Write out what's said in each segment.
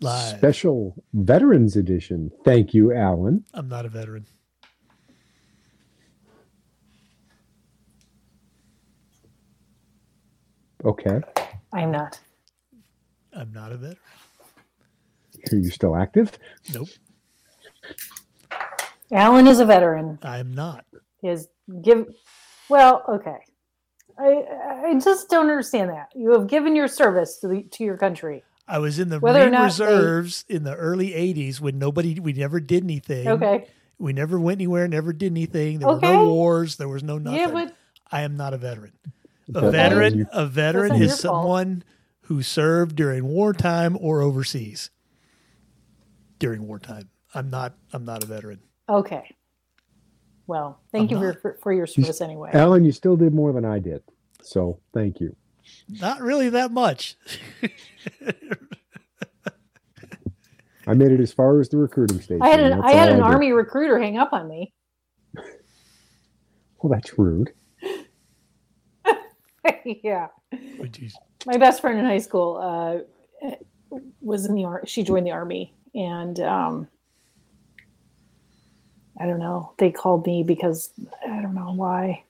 Live. Special Veterans Edition. Thank you, Alan. I'm not a veteran. Okay. I'm not. I'm not a veteran. Are you still active? Nope. Alan is a veteran. I'm not. He has give. Well, okay. I I just don't understand that. You have given your service to the, to your country. I was in the Whether or Marine not they- Reserves in the early 80s when nobody, we never did anything. Okay. We never went anywhere, never did anything. There were Okay. no wars. There was no nothing. Yeah, but I am not a veteran. But, A uh, veteran, you- a veteran That's not is your fault. someone who served during wartime or overseas. During wartime, I'm not. I'm not a veteran. okay. Well, thank I'm you not. for, for your service anyway. Alan, you still did more than I did. So thank you. Not really that much. I made it as far as the recruiting station. I had an That's I had all an did. army recruiter hang up on me. Well, Oh, that's rude. yeah. Would you- my best friend in high school uh, was in the army. She joined the army, and um, I don't know. They called me because I don't know why,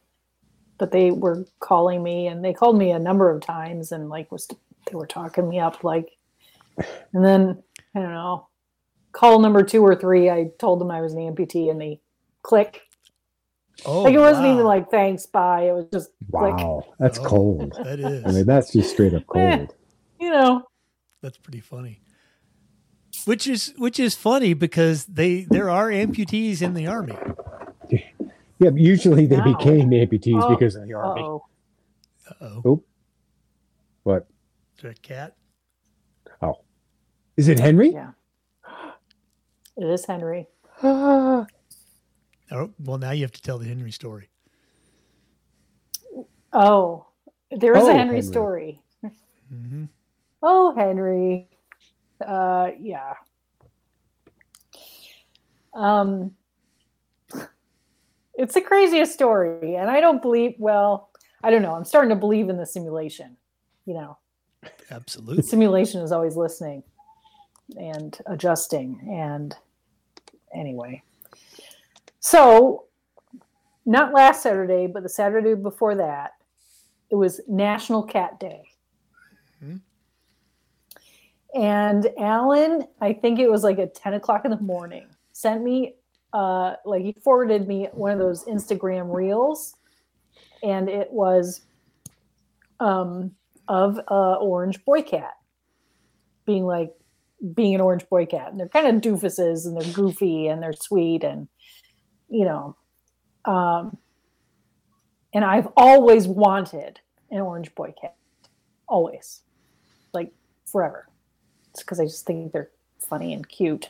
but they were calling me, and they called me a number of times, and like was they were talking me up, like, and then I don't know. Call number two or three, I told them I was an amputee, and they click. oh, like it wasn't wow. even like thanks, bye. It was just Wow. That's Oh. cold. that I is. mean, that's just straight up Eh. cold. you know, That's pretty funny. Which is which is funny because they there are amputees in the army. Yeah, but usually they Wow. became amputees Oh. because of the army. oh, Oh, But is there a cat? is it Henry? Yeah. it is Henry. Ah. Oh, well, now you have to tell the Henry story. Oh, there is Oh, a Henry, Henry. story. hmm Oh, Henry. Uh, yeah. Um, it's the craziest story, and I don't believe. Well, I don't know. I'm starting to believe in the simulation. You know, Absolutely. simulation is always listening and adjusting. And anyway, so not last Saturday, but the Saturday before that, it was National Cat Day. Mhm. And Alan, I think it was like at 10 o'clock in the morning, sent me, uh, like, he forwarded me one of those Instagram reels. And it was um, of uh, orange boy cat being like being an orange boy cat and they're kind of doofuses and they're goofy and they're sweet and you know um, and i've always wanted an orange boy cat always like forever it's because i just think they're funny and cute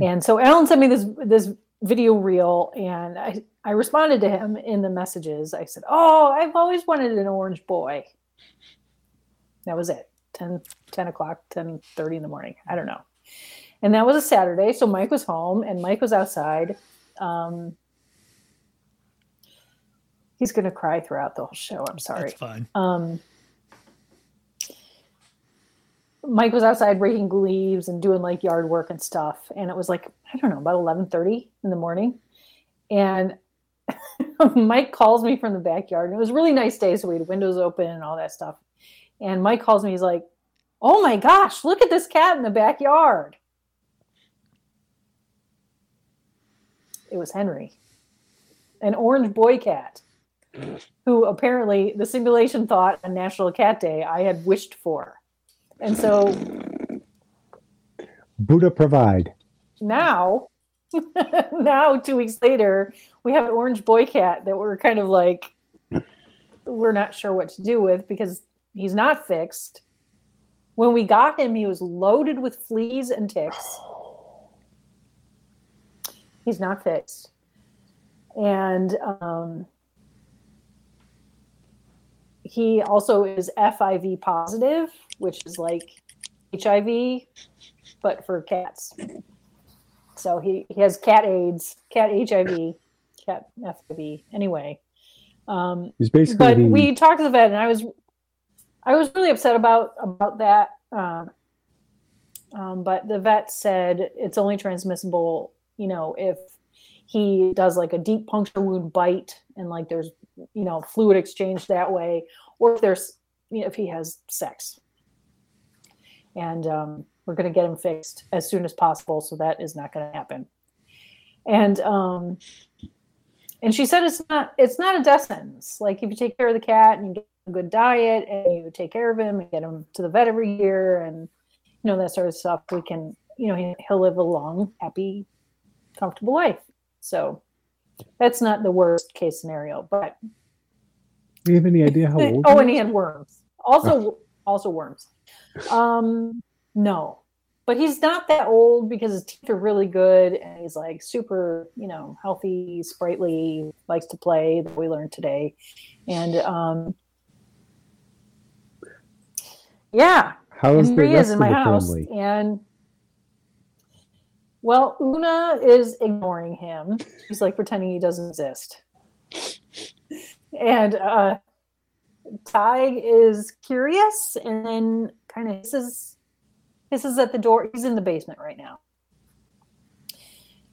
and so alan sent me this this video reel and i i responded to him in the messages i said oh i've always wanted an orange boy that was it 10 10 o'clock ten thirty in the morning i don't know and that was a saturday so mike was home and mike was outside um he's gonna cry throughout the whole show i'm sorry That's fine. um, Mike was outside raking leaves and doing like yard work and stuff, and it was like I don't know about eleven thirty in the morning, and Mike calls me from the backyard, and it was a really nice day, so we had windows open and all that stuff, and Mike calls me, he's like, "Oh my gosh, look at this cat in the backyard." It was Henry, an orange boy cat who apparently the simulation thought on National Cat Day I had wished for. And so Buddha provide. now, now two weeks later, we have an orange boy cat that we're kind of like, we're not sure what to do with because he's not fixed. When we got him, he was loaded with fleas and ticks. He's not fixed. And um, he also is FIV positive, which is like HIV, but for cats. So he, he has cat AIDS, cat HIV, cat FIV. Anyway, um, He's basically but the, we talked to the vet, and I was I was really upset about about that. Um, Um, but the vet said it's only transmissible, you know, if he does like a deep puncture wound bite and like there's, you know, fluid exchange that way, or if there's, you know, if he has sex. And um, we're going to get him fixed as soon as possible. So that is not going to happen. And, um, and she said it's not it's not a death sentence. Like if you take care of the cat and you get a good diet and you take care of him and get him to the vet every year and you know that sort of stuff, we can you know he'll live a long, happy, comfortable life. So that's not the worst case scenario. But Do you have any idea how old? oh, he Oh. and he had worms. Also, also worms. Um, no, but he's not that old because his teeth are really good, and he's like super, you know, healthy, sprightly, likes to play. That we learned today, and um, yeah, How is and the Maria rest is in of my the house, family? and well, Una is ignoring him. She's like pretending he doesn't exist, and uh, Tig is curious, and then kind of hisses, hisses at the door. He's in the basement right now.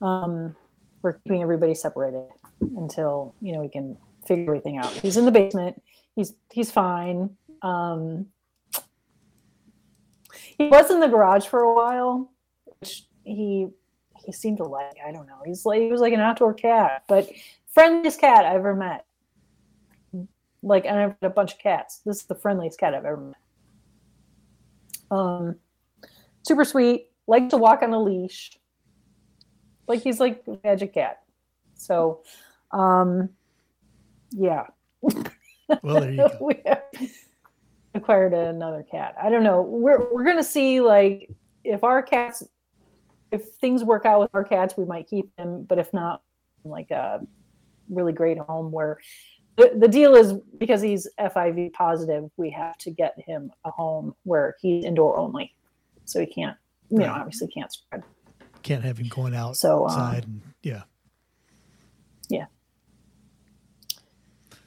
Um, we're keeping everybody separated until you know we can figure everything out. He's in the basement. He's he's fine. Um, he was in the garage for a while, which he he seemed to like. I don't know. He's like he was like an outdoor cat, but friendliest cat I've ever met. Like, and I've had a bunch of cats. This is the friendliest cat I've ever met. Um, super sweet. Likes to walk on a leash. Like he's like a magic cat. So, um, yeah Well, there you go. we acquired another cat. I don't know. We're we're gonna see like if our cats, if things work out with our cats, we might keep them. But if not, like a really great home where the, the deal is because he's FIV positive, we have to get him a home where he's indoor only, so he can't, you know, Right. obviously can't spread. Can't have him going outside. So um, and, yeah.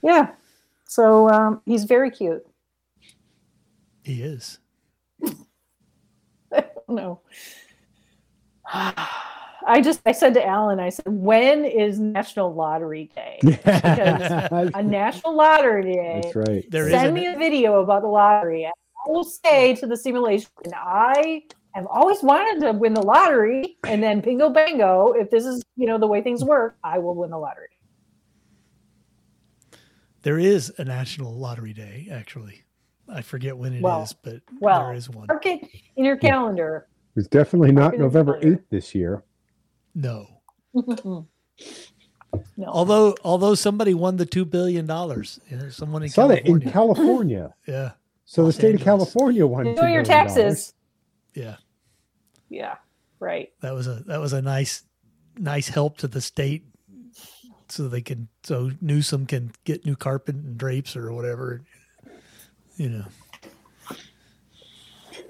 yeah, so um, he's very cute. He is. no. I just I said to Alan, I said, when is National Lottery Day? A National Lottery Day. That's right. There is Send an- me a video about the lottery. I will say to the simulation, I have always wanted to win the lottery, and then bingo bango. If this is you know the way things work, I will win the lottery. There is a National Lottery Day, actually. I forget when it is, Well, but well. there is one. Mark it in your calendar. It's definitely not Marketing November calendar. 8th this year. No. no. Although although somebody won the two billion dollars. Yeah, someone in Saw that in California. California. yeah. So the Los state of Angeles. California won. Do $2 million. your taxes. Yeah. Yeah. Right. That was a that was a nice nice help to the state so they can so Newsom can get new carpet and drapes or whatever. You know.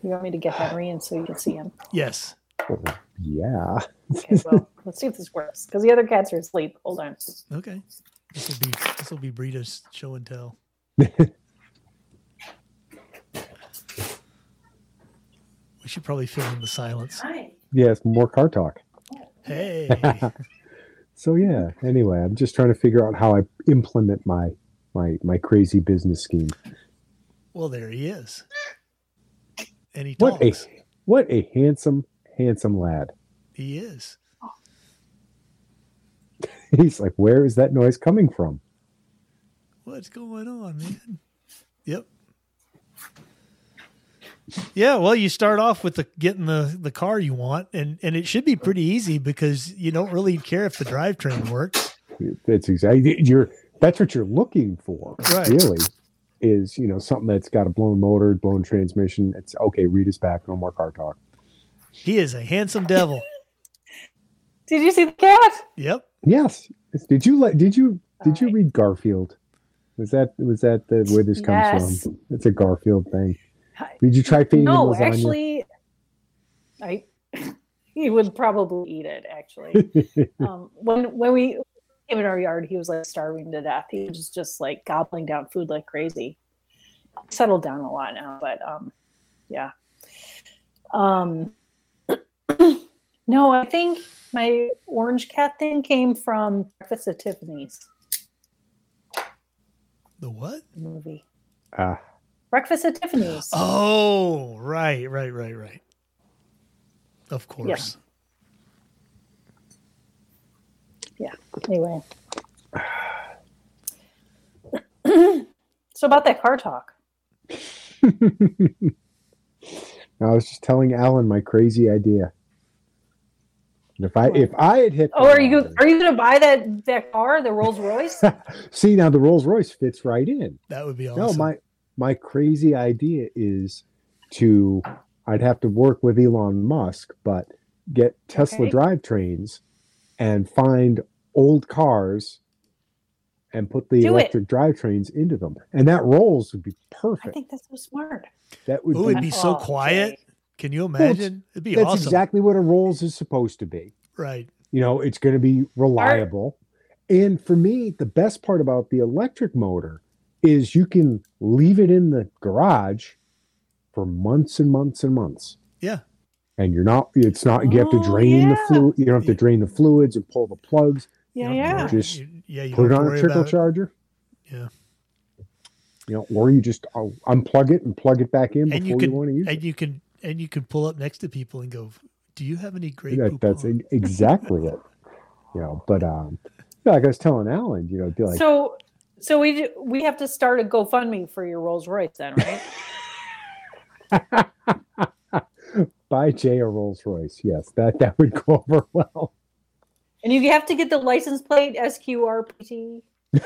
You want me to get Henry in so you can see him. Yes. Oh, yeah. Okay, well, let's see if this works because the other cats are asleep. Hold on. Okay. This will be this will be Brita's show and tell. we should probably fill in the silence. Yeah, it's more car talk. Hey. So yeah. Anyway, I'm just trying to figure out how I implement my my my crazy business scheme. well, there he is. And he What a talks. what a handsome handsome lad. He is. He's like, where is that noise coming from? What's going on, man? Yep. Yeah, well, you start off with the getting the the car you want, and and it should be pretty easy because you don't really care if the drivetrain works. That's exactly you're. That's what you're looking for, Right. really. Is you know something that's got a blown motor, blown transmission. It's okay. Read us back. No more car talk. He is a handsome devil. Did you see the cat? Yep. Yes. Did you let? Did you? Did you Alright. read Garfield? Was that was that the, where this comes Yes. from? It's a Garfield thing. Hi. Did you try feeding No, him lasagna? actually, I he would probably eat it. Actually, um, when when we came in our yard, he was like starving to death. He was just like gobbling down food like crazy. Settled down a lot now, but um, yeah. Um, No, I think my orange cat thing came from Breakfast at Tiffany's The what? the movie. Ah, Breakfast at Tiffany's. Oh, right, right, right, right. Of course. Anyway. so about that car talk. I was just telling Alan my crazy idea. And If I What? if I had hit, Oh, the are you lottery- are you gonna buy that that car, the Rolls Royce? see now the Rolls Royce fits right in. That would be awesome. No, my my crazy idea is to I'd have to work with Elon Musk, but get Tesla Okay. drivetrains and find old cars and put the Do it. electric drivetrains into them, and that Rolls would be I perfect. think that's so smart. that would Ooh, be it'd be so Oh, quiet. Jay. Can you it's- imagine? It'd be that's awesome. exactly what a Rolls is supposed to be. right. you know it's going to be reliable and for me the best part about the electric motor is you can leave it in the garage for months and months and months Yeah. and you're not it's not you have to Oh, drain the yeah. fluid you don't have to drain the fluids and pull the plugs You Yeah, don't yeah. worry- Just you- yeah, you put it don't have to on a worry trickle about it. charger Yeah. you know or you just uh, unplug it and plug it back in And you before you, can- want to use it And you can and you can pull up next to people and go, "Do you have any great that, poop that's on?" e- exactly it you know but um like i was telling alan you know it'd be like so so we d- we have to start a GoFundMe for your Rolls Royce then, right? buy Jay a Rolls Royce. Yes, that that would go over well. and you have to get the license plate SQRPT.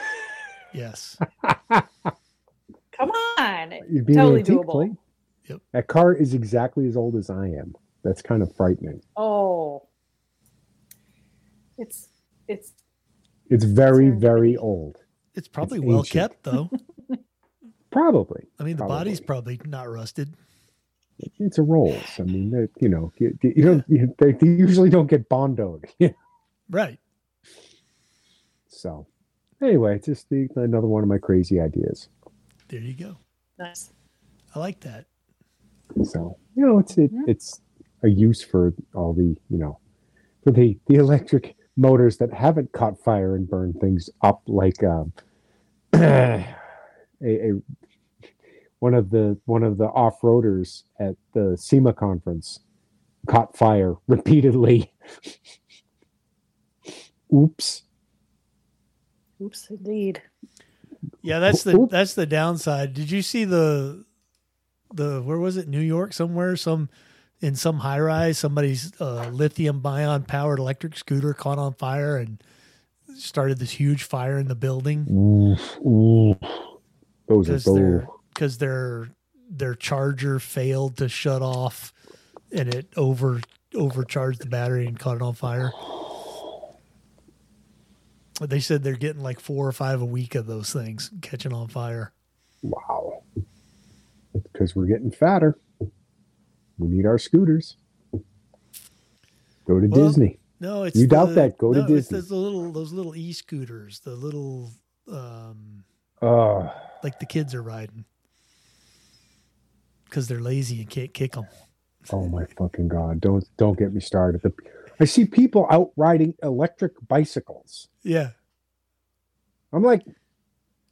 Yes. Come on. You'd be an Totally antique doable. plate. Yep. That car is exactly as old as I am. That's kind of frightening. Oh. It's it's It's very, Sure. very old. It's probably It's well ancient. kept though. Probably. I mean, the body's probably not rusted. It's a Rolls. I mean, that you know, you, you don't. You, they, they usually don't get bondoed. Right. so, anyway, it's just the, another one of my crazy ideas. There you go. nice. I like that. So, you know, it's it, Yeah. it's a use for all the you know for the the electric motors that haven't caught fire and burned things up, like um, a, a one of the one of the off roaders at the SEMA conference caught fire repeatedly. Oops. Oops indeed. Yeah, that's the Oop. that's the downside. Did you see the the where was it? New York somewhere, some in some high rise, somebody's uh, lithium bion powered electric scooter caught on fire and started this huge fire in the building Oof, oof. Those are because those. their because their their charger failed to shut off and it over overcharged the battery and caught it on fire. But They said they're getting like four or five a week of those things catching on fire. Wow. Because we're getting fatter. We need our scooters. Go to Well, Disney. No, it's You doubt the- that, go to no, it's Disney. those little those little e scooters, the little um Uh, like the kids are riding because they're lazy and can't kick them. oh my fucking god! Don't don't get me started. The- I see people out riding electric bicycles. Yeah, I'm like,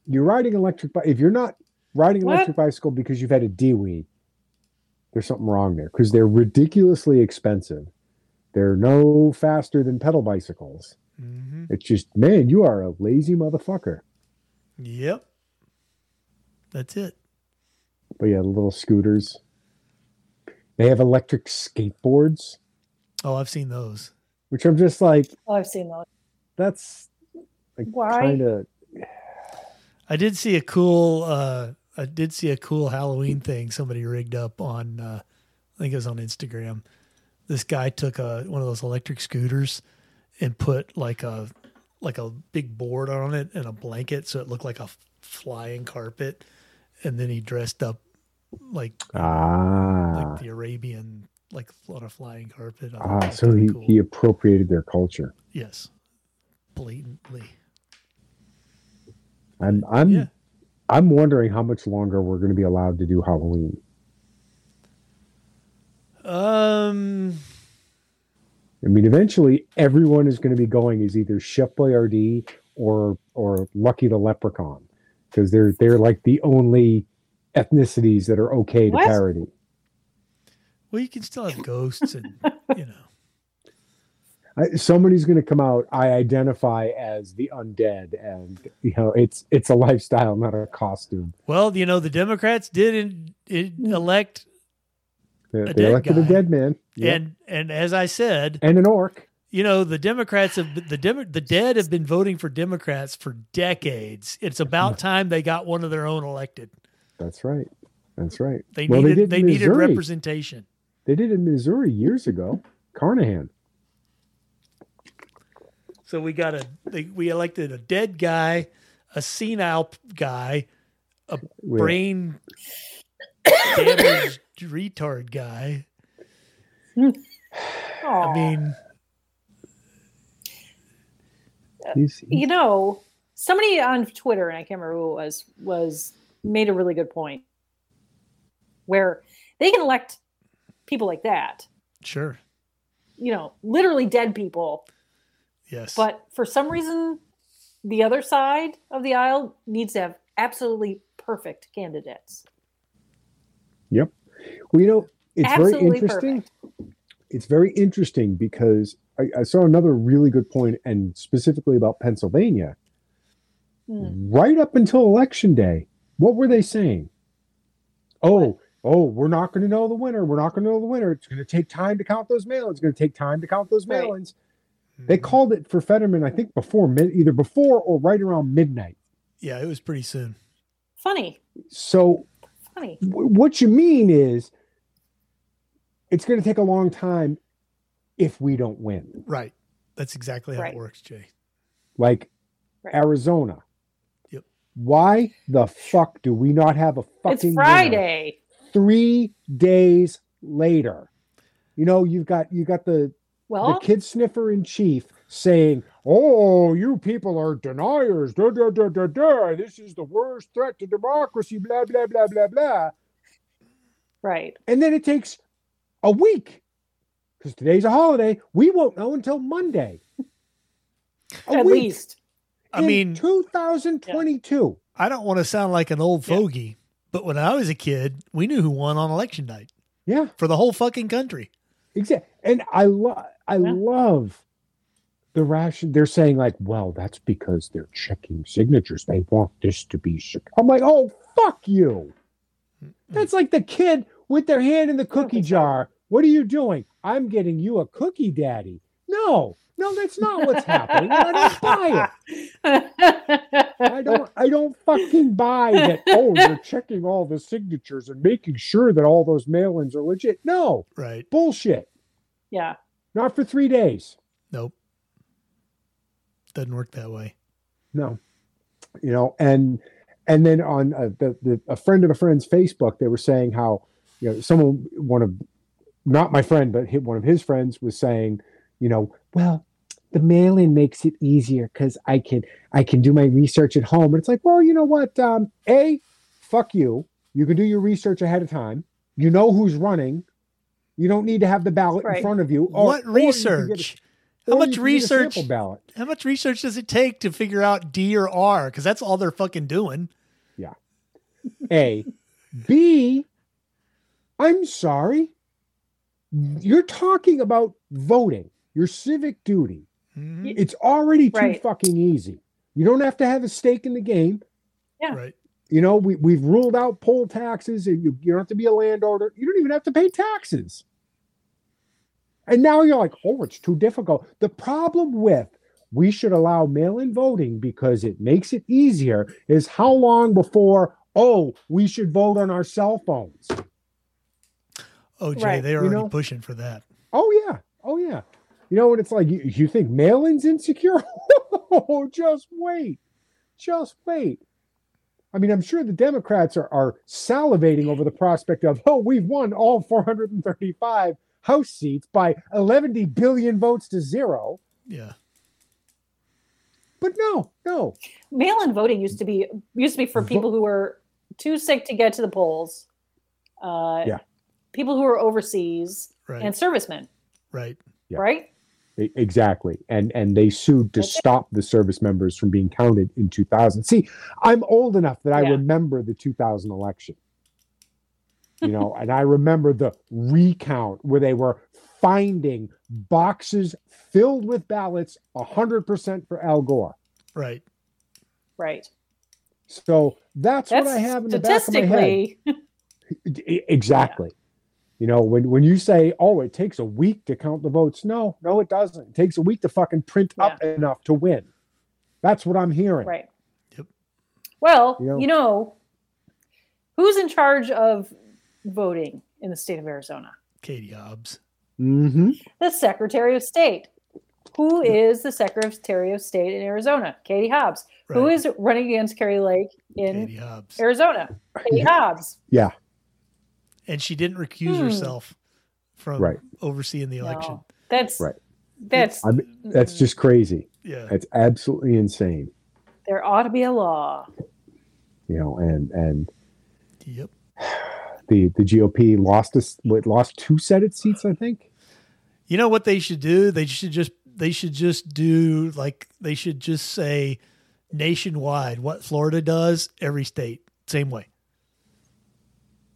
you're riding electric bike. If you're not riding What? electric bicycle because you've had a D weed, there's something wrong there because they're ridiculously expensive. They're no faster than pedal bicycles. mm-hmm. It's just man, you are a lazy motherfucker. yep, that's it. But yeah, the little scooters. They have electric skateboards, Oh, I've seen those. which I'm just like, Oh, I've seen those. that's like Why? kind of I did see a cool. uh I did see a cool Halloween thing somebody rigged up on. Uh, I think it was on Instagram. This guy took a one of those electric scooters and put like a like a big board on it and a blanket, so it looked like a flying carpet. And then he dressed up like ah, like the Arabian like on a flying carpet. I thought that ah. was So kinda he, cool. he appropriated their culture. yes, blatantly. I'm I'm Yeah. I'm wondering how much longer we're going to be allowed to do Halloween. Um, I mean, eventually everyone is going to be going as either Chef Boyardee or or Lucky the Leprechaun because they're they're like the only ethnicities that are okay to What? parody. Well, you can still have ghosts and you know. I, somebody's going to come out. I identify as the undead, and you know it's it's a lifestyle, not a costume. Well, you know the Democrats did in, in Mm. elect They, A they dead elected a guy. dead man Yep. and and as I said, and an orc. you know the Democrats have the Demo- the dead have been voting for Democrats for decades. It's about time they got one of their own elected. That's right. That's right. They Well, they needed did they, in needed Missouri. representation. They did in Missouri years ago. Carnahan. So we got a they, we elected a dead guy, a senile p- guy, with- brain damaged retard guy. I Aw. mean, he's- you know, somebody on Twitter, and I can't remember who it was, was made a really good point where they can elect people like that, sure, you know, literally dead people, yes, but for some reason, the other side of the aisle needs to have absolutely perfect candidates. Yep. Well, you know, it's very absolutely interesting. perfect. It's very interesting because I, I saw another really good point, and specifically about Pennsylvania. Mm. Right up until election day, what were they saying? Oh, What? oh, we're not going to know the winner. We're not going to know the winner. It's going to take time to count those mail-ins. It's going to take time to count those Right. mail-ins. Mm. They called it for Fetterman, I think, before mid, either before or right around midnight. yeah, it was pretty soon. Funny, So funny. w- what you mean is it's going to take a long time if we don't win Right. That's exactly how Right. it works, Jay. like Right. arizona Yep. why the fuck do we not have a fucking uh, It's winner Friday. three days later you know you've got you got the the Well, kid sniffer in chief saying oh you people are deniers da, da, da, da, da. this is the worst threat to democracy blah blah blah blah blah right. and then it takes a week because today's a holiday. We won't know until Monday. A At week least. I in mean, 2022. I don't want to sound like an old Yeah. fogey, but when I was a kid, we knew who won on election night Yeah, for the whole fucking country. exactly. And I love, I Yeah. love the ration. They're saying like, well, that's because they're checking signatures. They want this to be. Sec-. I'm like, oh fuck you. That's like the kid with their hand in the cookie think so. jar. What are you doing? I'm getting you a cookie, daddy. No, no, that's not what's happening. and I don't buy it. I don't I don't fucking buy that oh you're checking all the signatures and making sure that all those mail-ins are legit. No, Right. bullshit. yeah. Not for 3 days. Nope. Doesn't work that way. No. You know, and and then on uh, the, the a friend of a friend's Facebook they were saying how you know someone one of not my friend but hi- one of his friends was saying, you know, well, the mail-in makes it easier cuz I can I can do my research at home. And it's like, well, you know what? Um, a, fuck you. You can do your research ahead of time. You know who's running. You don't need to have the ballot in Right. front of you. what or you can get a- research? How or much you can get a research- sample ballot. How much research does it take to figure out D or R? Because that's all they're fucking doing. A. B. I'm sorry. You're talking about voting, your civic duty. Mhm. It's already too Right. fucking easy. You don't have to have a stake in the game. Yeah. Right. You know, we, we've ruled out poll taxes and you, you don't have to be a landowner. You don't even have to pay taxes. And now you're like, oh, it's too difficult. The problem with we should allow mail in voting because it makes it easier is how long before, oh, we should vote on our cell phones. Oh, Jay, Right. they're You already know? pushing for that. Oh, yeah. Oh, yeah. You know, and it's like, you, you think mail in's insecure? oh, just wait. Just wait. I mean, I'm sure the Democrats are, are salivating over the prospect of, oh, we've won all 435 House seats by 110 billion votes to zero. Yeah. But no, no. mail-in voting used to be used to be for Vo- people who were too sick to get to the polls uh Yeah. people who were overseas Right. and servicemen right. Yeah. right E- Exactly. And and they sued to Okay. stop the service members from being counted in 2000. See, I'm old enough that I Yeah. remember the 2000 election. You know, and I remember the recount where they were finding boxes filled with ballots 100% for Al Gore. Right. Right. So that's, That's what I have in the back of my head. statistically. E- Exactly. You know, when, when you say, oh, it takes a week to count the votes, no, no, it doesn't. It takes a week to fucking print up enough to win. That's what I'm hearing. Right. Yep. Well, You know- you know, who's in charge of voting in the state of Arizona? Katie Hobbs. Mm-hmm. The Secretary of State. Who is the Secretary of State in Arizona? Katie Hobbs. Right. Who is running against Carrie Lake in Katie Hobbs? Arizona? Katie Hobbs. Yeah. and she didn't recuse Hmm. herself from Right. overseeing the election. No, that's Right. That's I mean, that's just crazy. Yeah, That's absolutely insane. there ought to be a law. You know, and and yep. the the GOP lost us what lost two Senate seats, I think. You know what they should do? They should just they should just do like they should just say nationwide what Florida does, every state same way.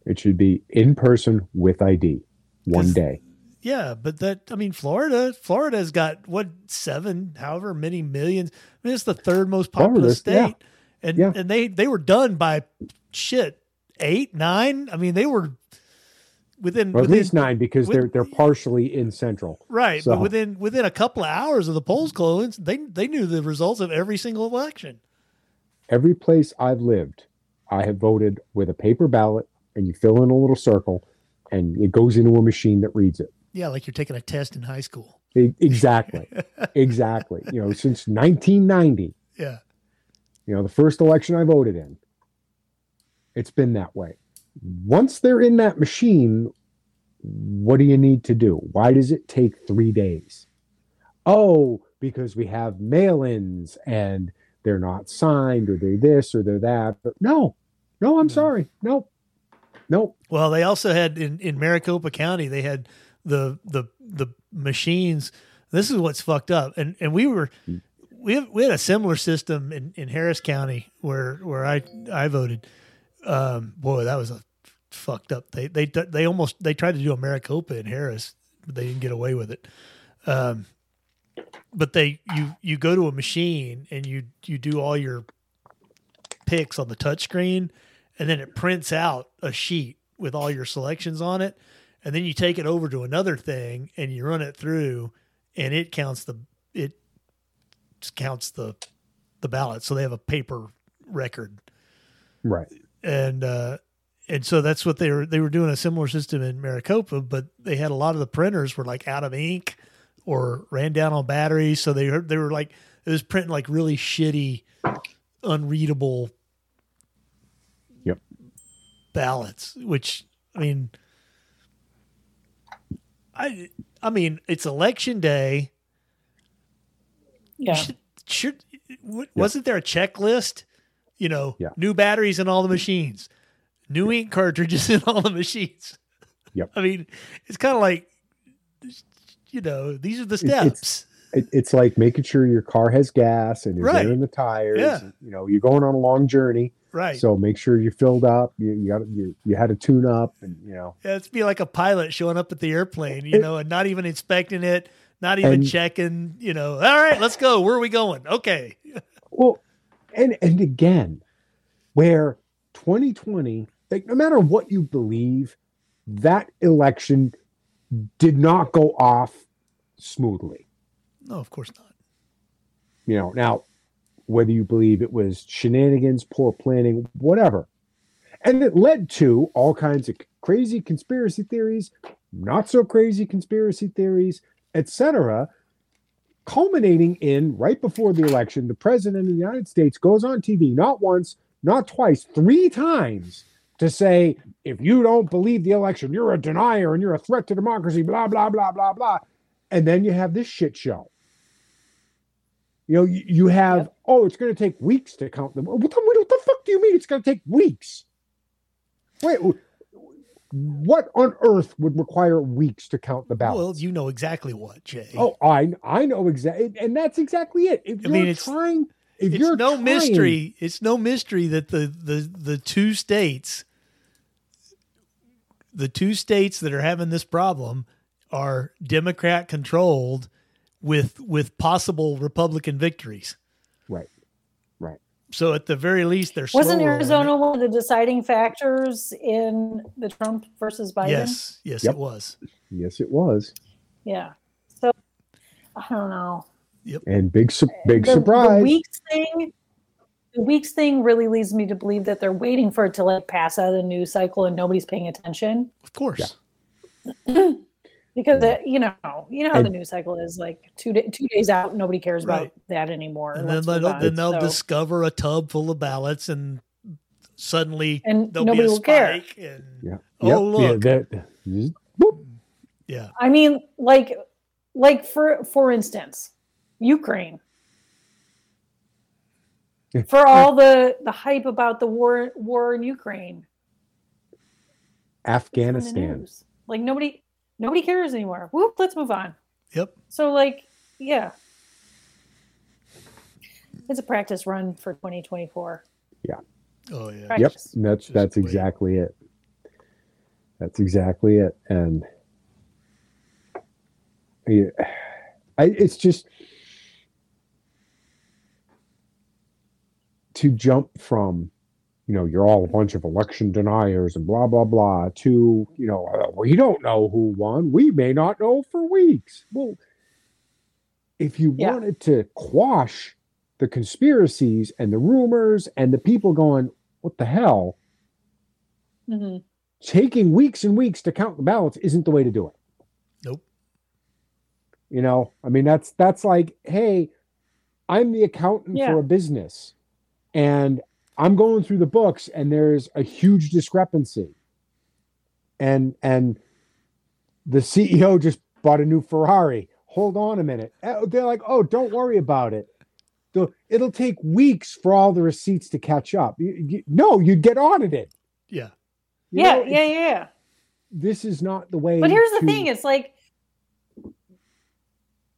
It should be in person with ID one 'Cause- day. Yeah, but that I mean Florida, Florida's got what seven, however many millions. I mean it's the third most popular Florida's- state, yeah. and Yeah. and they they were done by shit eight nine. I mean they were within Or at within least nine because they're with- they're partially in central. Right, So- but within within a couple of hours of the polls closing, they they knew the results of every single election. Every place I've lived, I have voted with a paper ballot and you fill in a little circle and it goes into a machine that reads it. Yeah, like you're taking a test in high school. E- Exactly. exactly. You know, since 1990, Yeah, you know, the first election I voted in, it's been that way. Once they're in that machine, what do you need to do? Why does it take three days? Oh, because we have mail ins and they're not signed or they're this or they're that. But no, no, I'm No. sorry. Nope. Nope. Well, they also had in, in Maricopa County, they had the the the machines. This is what's fucked up. And and we were we have, we had a similar system in, in Harris County where where I I voted. Um, boy, that was a fucked up. They they they almost they tried to do a Maricopa in Harris, but they didn't get away with it. Um, but they you you go to a machine and you you do all your picks on the touch screen and then it prints out a sheet with all your selections on it and then you take it over to another thing and you run it through and it counts the it just counts the the ballot so they have a paper record Right. and uh and so that's what they were they were doing a similar system in Maricopa but they had a lot of the printers were like out of ink or ran down on batteries so they heard they were like it was printing like really shitty unreadable Yep. ballots which i mean i i mean it's election day Yeah. should, should w- wasn't there a checklist? You know, Yeah. new batteries in all the machines, new ink cartridges in all the machines. Yep. I mean, it's kind of like, you know, these are the steps. it's- It, it's like making sure your car has gas and you're Right. in the tires. Yeah. and, you know, you're going on a long journey. right. So make sure you're filled up. You you, got, you you had a tune up, and you know Yeah, it'd be like a pilot showing up at the airplane, you It- know, and not even inspecting it, not even And- checking, you know, all right, let's go. Where are we going? Okay. Well, and and again, where 2020, like no matter what you believe, that election did not go off smoothly. No, of course not. You know, now whether you believe it was shenanigans, poor planning, whatever. And it led to all kinds of crazy conspiracy theories, not so crazy conspiracy theories, etc. Culminating in right before the election, the president of the United States goes on TV not once, not twice, three times to say, if you don't believe the election, you're a denier and you're a threat to democracy, blah, blah, blah, blah, blah. And then you have this shit show. You know, you, you have, Yep. oh, it's going to take weeks to count them. What the, what the fuck do you mean it's going to take weeks? Wait, What on earth would require weeks to count the ballots? Well, you know exactly what, Jay. Oh, I I know exactly, and that's exactly it. If I you're mean, it's- trying, if it's you're no trying- mystery. It's no mystery that the the the two states, the two states that are having this problem, are Democrat controlled, with with possible Republican victories. right? So at the very least, they're Wasn't slow rolling Arizona it. one of the deciding factors in the Trump versus Biden? Yes, yes, Yep. it was. Yes, it was, Yeah. So I don't know. and big su- big the, surprise. The weeks thing, the weeks thing really leads me to believe that they're waiting for it to like pass out of the news cycle and nobody's paying attention Of course, Yeah. because uh, you know you know how And- the news cycle is like two da two days out nobody cares Right. about that anymore. and then Let's move they'll, on. then they'll So- discover a tub full of ballots, and suddenly and there'll nobody be a will care. spike. And Yeah. Oh, look. Yeah, that, zzz, boop. yeah, I mean, like, like for for instance, Ukraine. For all the the hype about the war war in Ukraine, it's on the Afghanistan. news. like nobody nobody cares anymore. Whoop, let's move on. yep. So like, yeah, it's a practice run for 2024. Oh yeah. Right. Yep, Just- that's just that's wait. exactly it. That's exactly it, and yeah, I, it's just to jump from, you know, you're all a bunch of election deniers and blah blah blah to, you know, uh, we don't know who won. We may not know for weeks. Well, if you Yeah. wanted to quash the conspiracies and the rumors and the people going, what the hell? Mhm. Taking weeks and weeks to count the ballots isn't the way to do it. Nope. You know, I mean, that's that's like, hey, I'm the accountant Yeah. for a business, and I'm going through the books, and there's a huge discrepancy, and and the CEO just bought a new Ferrari. Hold on a minute. Uh, They're like, oh, don't worry about it. The- It'll take weeks for all the receipts to catch up. You- you- no, you'd get audited. Yeah. You yeah, know, yeah, yeah, yeah. This is not the way. But here's the to- thing: it's like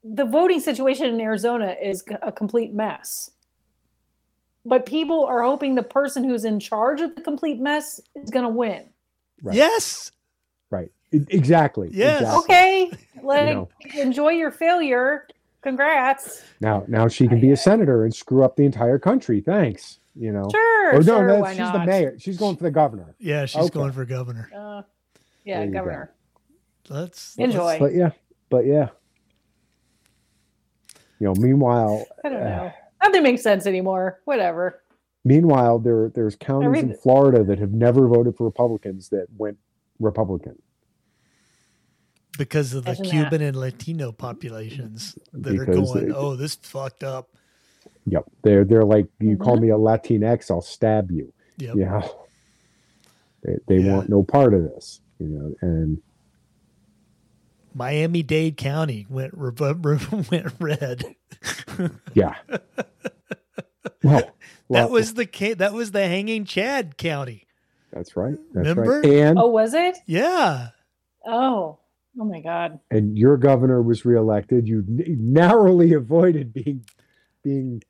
the voting situation in Arizona is c- a complete mess. But people are hoping the person who's in charge of the complete mess is going to win. Right. Yes. Right. E- Exactly. Yes. Exactly. Okay, like know. enjoy your failure. Congrats. Now, now she can be a senator and screw up the entire country. Thanks. You know. Sure, Or oh, no, sure. no, why she's not? the mayor. She's going for the governor. Yeah, she's Okay. going for governor. Uh, There yeah, you go. governor. Let's Enjoy. let's- But yeah. But yeah. You know. Meanwhile, I don't Uh, know. Nothing makes sense anymore. Whatever. meanwhile, there there's counties read in it. Florida that have never voted for Republicans that went Republican because of the Imagine that. Cuban and Latino populations that are Because going, they- oh, this fucked up. Yep. They're they're like, you Mm-hmm. call me a Latinx, I'll stab you. Yep. You know. They they Yeah. want no part of this. You know, and Miami Dade County went re- re- went red. yeah. well, well, that was the ca- that was the hanging Chad County. That's right. That's Remember? right. And Oh, was it? Yeah, Oh, oh my God. and your governor was reelected. You n- narrowly avoided being being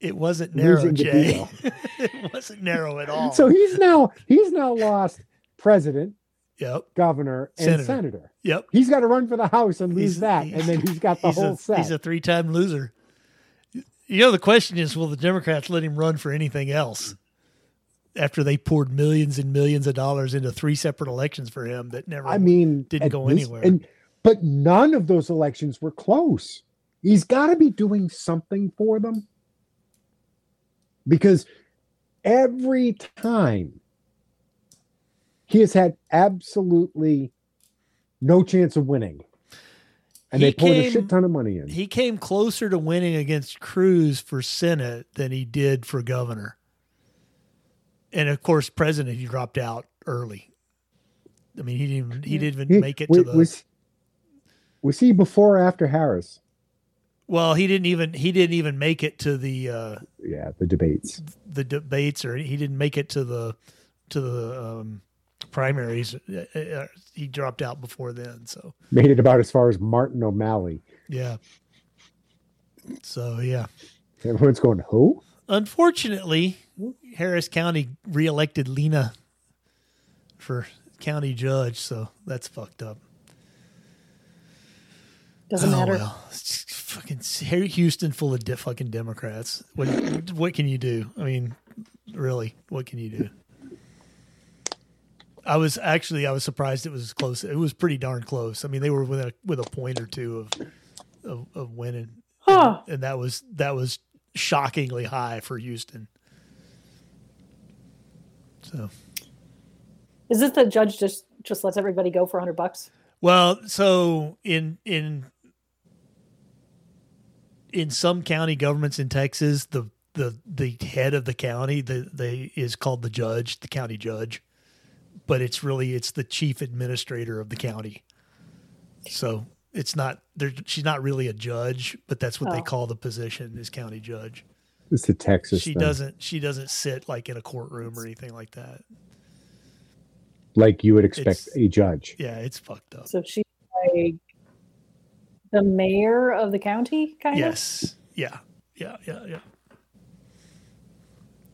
it wasn't narrow, Losing to Jay. it wasn't narrow at all. so he's now he's now lost president, yep, governor, and Senator. senator. yep. He's got to run for the house and lose He's- that, he- and then he's got the He's whole a, set. he's a three time loser. You know the question is, will the Democrats let him run for anything else? After they poured millions and millions of dollars into three separate elections for him that never I mean, Didn't at go anywhere. And but none of those elections were close. He's got to be doing something for them because every time he has had absolutely no chance of winning, and He they poured a came- shit ton of money in. he came closer to winning against Cruz for Senate than he did for governor. And of course, president, he dropped out early. I mean, he didn't even, he didn't even He- make it wa- to the was, was he before or after Harris? well. He didn't even he didn't even make it to the uh, Yeah, the debates. the debates or he didn't make it to the to the um, primaries, uh, uh, he dropped out before then. So Made it about as far as Martin O'Malley. yeah. So yeah. Everyone's going, who? Unfortunately, Harris County reelected Lena for county judge, so that's fucked up. Doesn't Oh, matter. well. It's just fucking Harry Houston full of de- fucking Democrats. What what can you do? I mean, really, what can you do? I was actually I was surprised it was as close. It was pretty darn close. I mean, they were with a with a point or two of of, of winning, Huh. and that was that was shockingly high for Houston. So. Is this the judge just just lets everybody go for hundred bucks? Well, so in in in some county governments in Texas, the the the head of the county the they is called the judge, the county judge, but it's really it's the chief administrator of the county. So it's not there. She's not really a judge, but that's what they Oh. call the position is county judge. It's the Texas She thing. doesn't she doesn't sit like in a courtroom or anything like that. Like you would expect It's- a judge. Yeah, it's fucked up. So she's like the mayor of the county, kind of. Yes. Yeah. Yeah. Yeah. Yeah.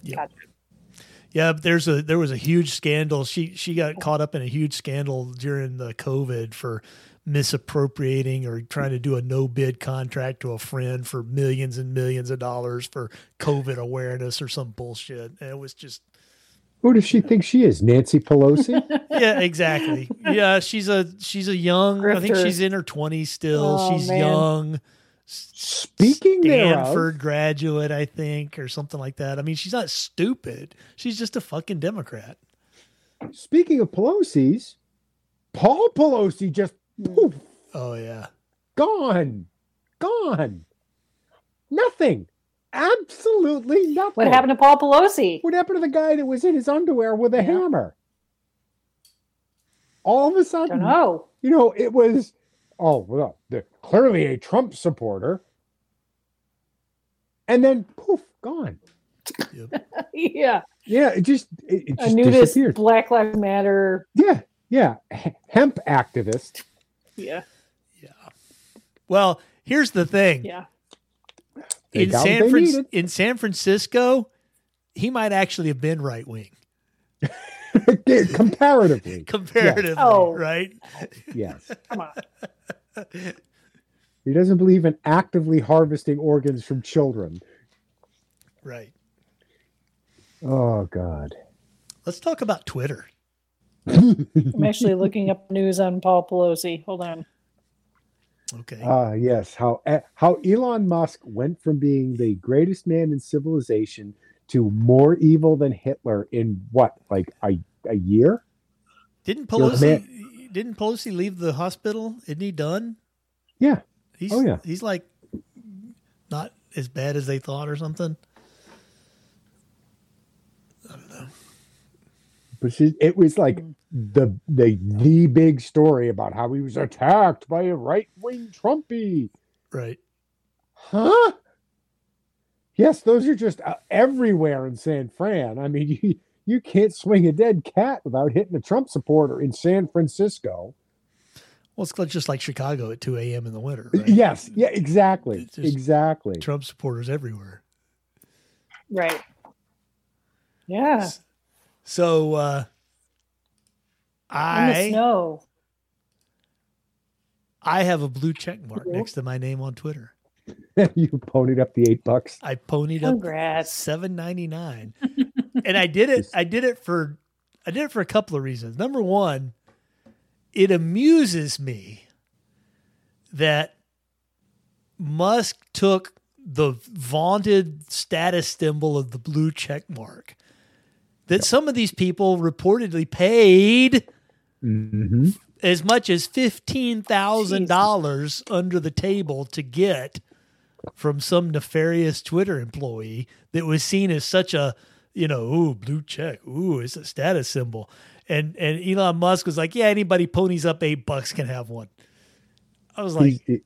Yeah. Gotcha. Yeah. but There's a there was a huge scandal. She she got caught up in a huge scandal during the COVID for misappropriating or trying to do a no bid contract to a friend for millions and millions of dollars for COVID awareness or some bullshit. And it was just Who does she think she is? Nancy Pelosi? yeah, exactly. Yeah, she's a she's a young. I think Grifter. she's in her twenties still. Oh, she's man. young. Speaking Stanford thereof, graduate, I think, or something like that. I mean, she's not stupid. She's just a fucking Democrat. speaking of Pelosi's, Paul Pelosi just poof, Oh yeah, gone, gone. Nothing. Absolutely nothing. What happened to Paul Pelosi? What happened to the guy that was in his underwear with a Yeah. hammer? All of a Don't sudden, know. you know, it was, oh, well, they're clearly a Trump supporter. And then poof, gone. Yep. yeah, Yeah, it just, it, it a just nudist, disappeared. Black Lives Matter. Yeah, yeah. H- hemp activist. Yeah, yeah. Well, here's the thing. yeah. They in got what San they Fran- needed. in San Francisco, he might actually have been right wing Comparatively, comparatively, Oh. right? yes. Come on. He doesn't believe in actively harvesting organs from children. Right. Oh, God. Let's talk about Twitter. I'm actually looking up news on Paul Pelosi. Hold on. Okay. Ah, yes. How eh, how Elon Musk went from being the greatest man in civilization to more evil than Hitler in what, like a a year? didn't your Pelosi? Didn't Pelosi leave the hospital? Isn't he done? Yeah. He's, Oh, yeah. He's like not as bad as they thought or something. But she, it was like Mm. the the the big story about how he was attacked by a right wing Trumpy. Right. Huh? Yes, those are just uh, everywhere in San Fran. I mean, you, you can't swing a dead cat without hitting a Trump supporter in San Francisco. Well, it's just like Chicago at 2 a.m. in the winter. Right? Yes, Uh, yeah, exactly. It's just- exactly. Trump supporters everywhere. Right. Yeah. So uh, In the I snow. I have a blue check mark Mhm. next to my name on Twitter. you ponied up the eight bucks. I ponied up Congrats. seven ninety nine, and I did it. I did it for I did it for a couple of reasons. Number one, it amuses me that Musk took the vaunted status symbol of the blue check mark. That some of these people reportedly paid Mm-hmm. as much as fifteen thousand dollars under the table to get from some nefarious Twitter employee that was seen as such a you know ooh blue check ooh it's a status symbol and and Elon Musk was like yeah anybody ponies up eight bucks can have one. I was like he's,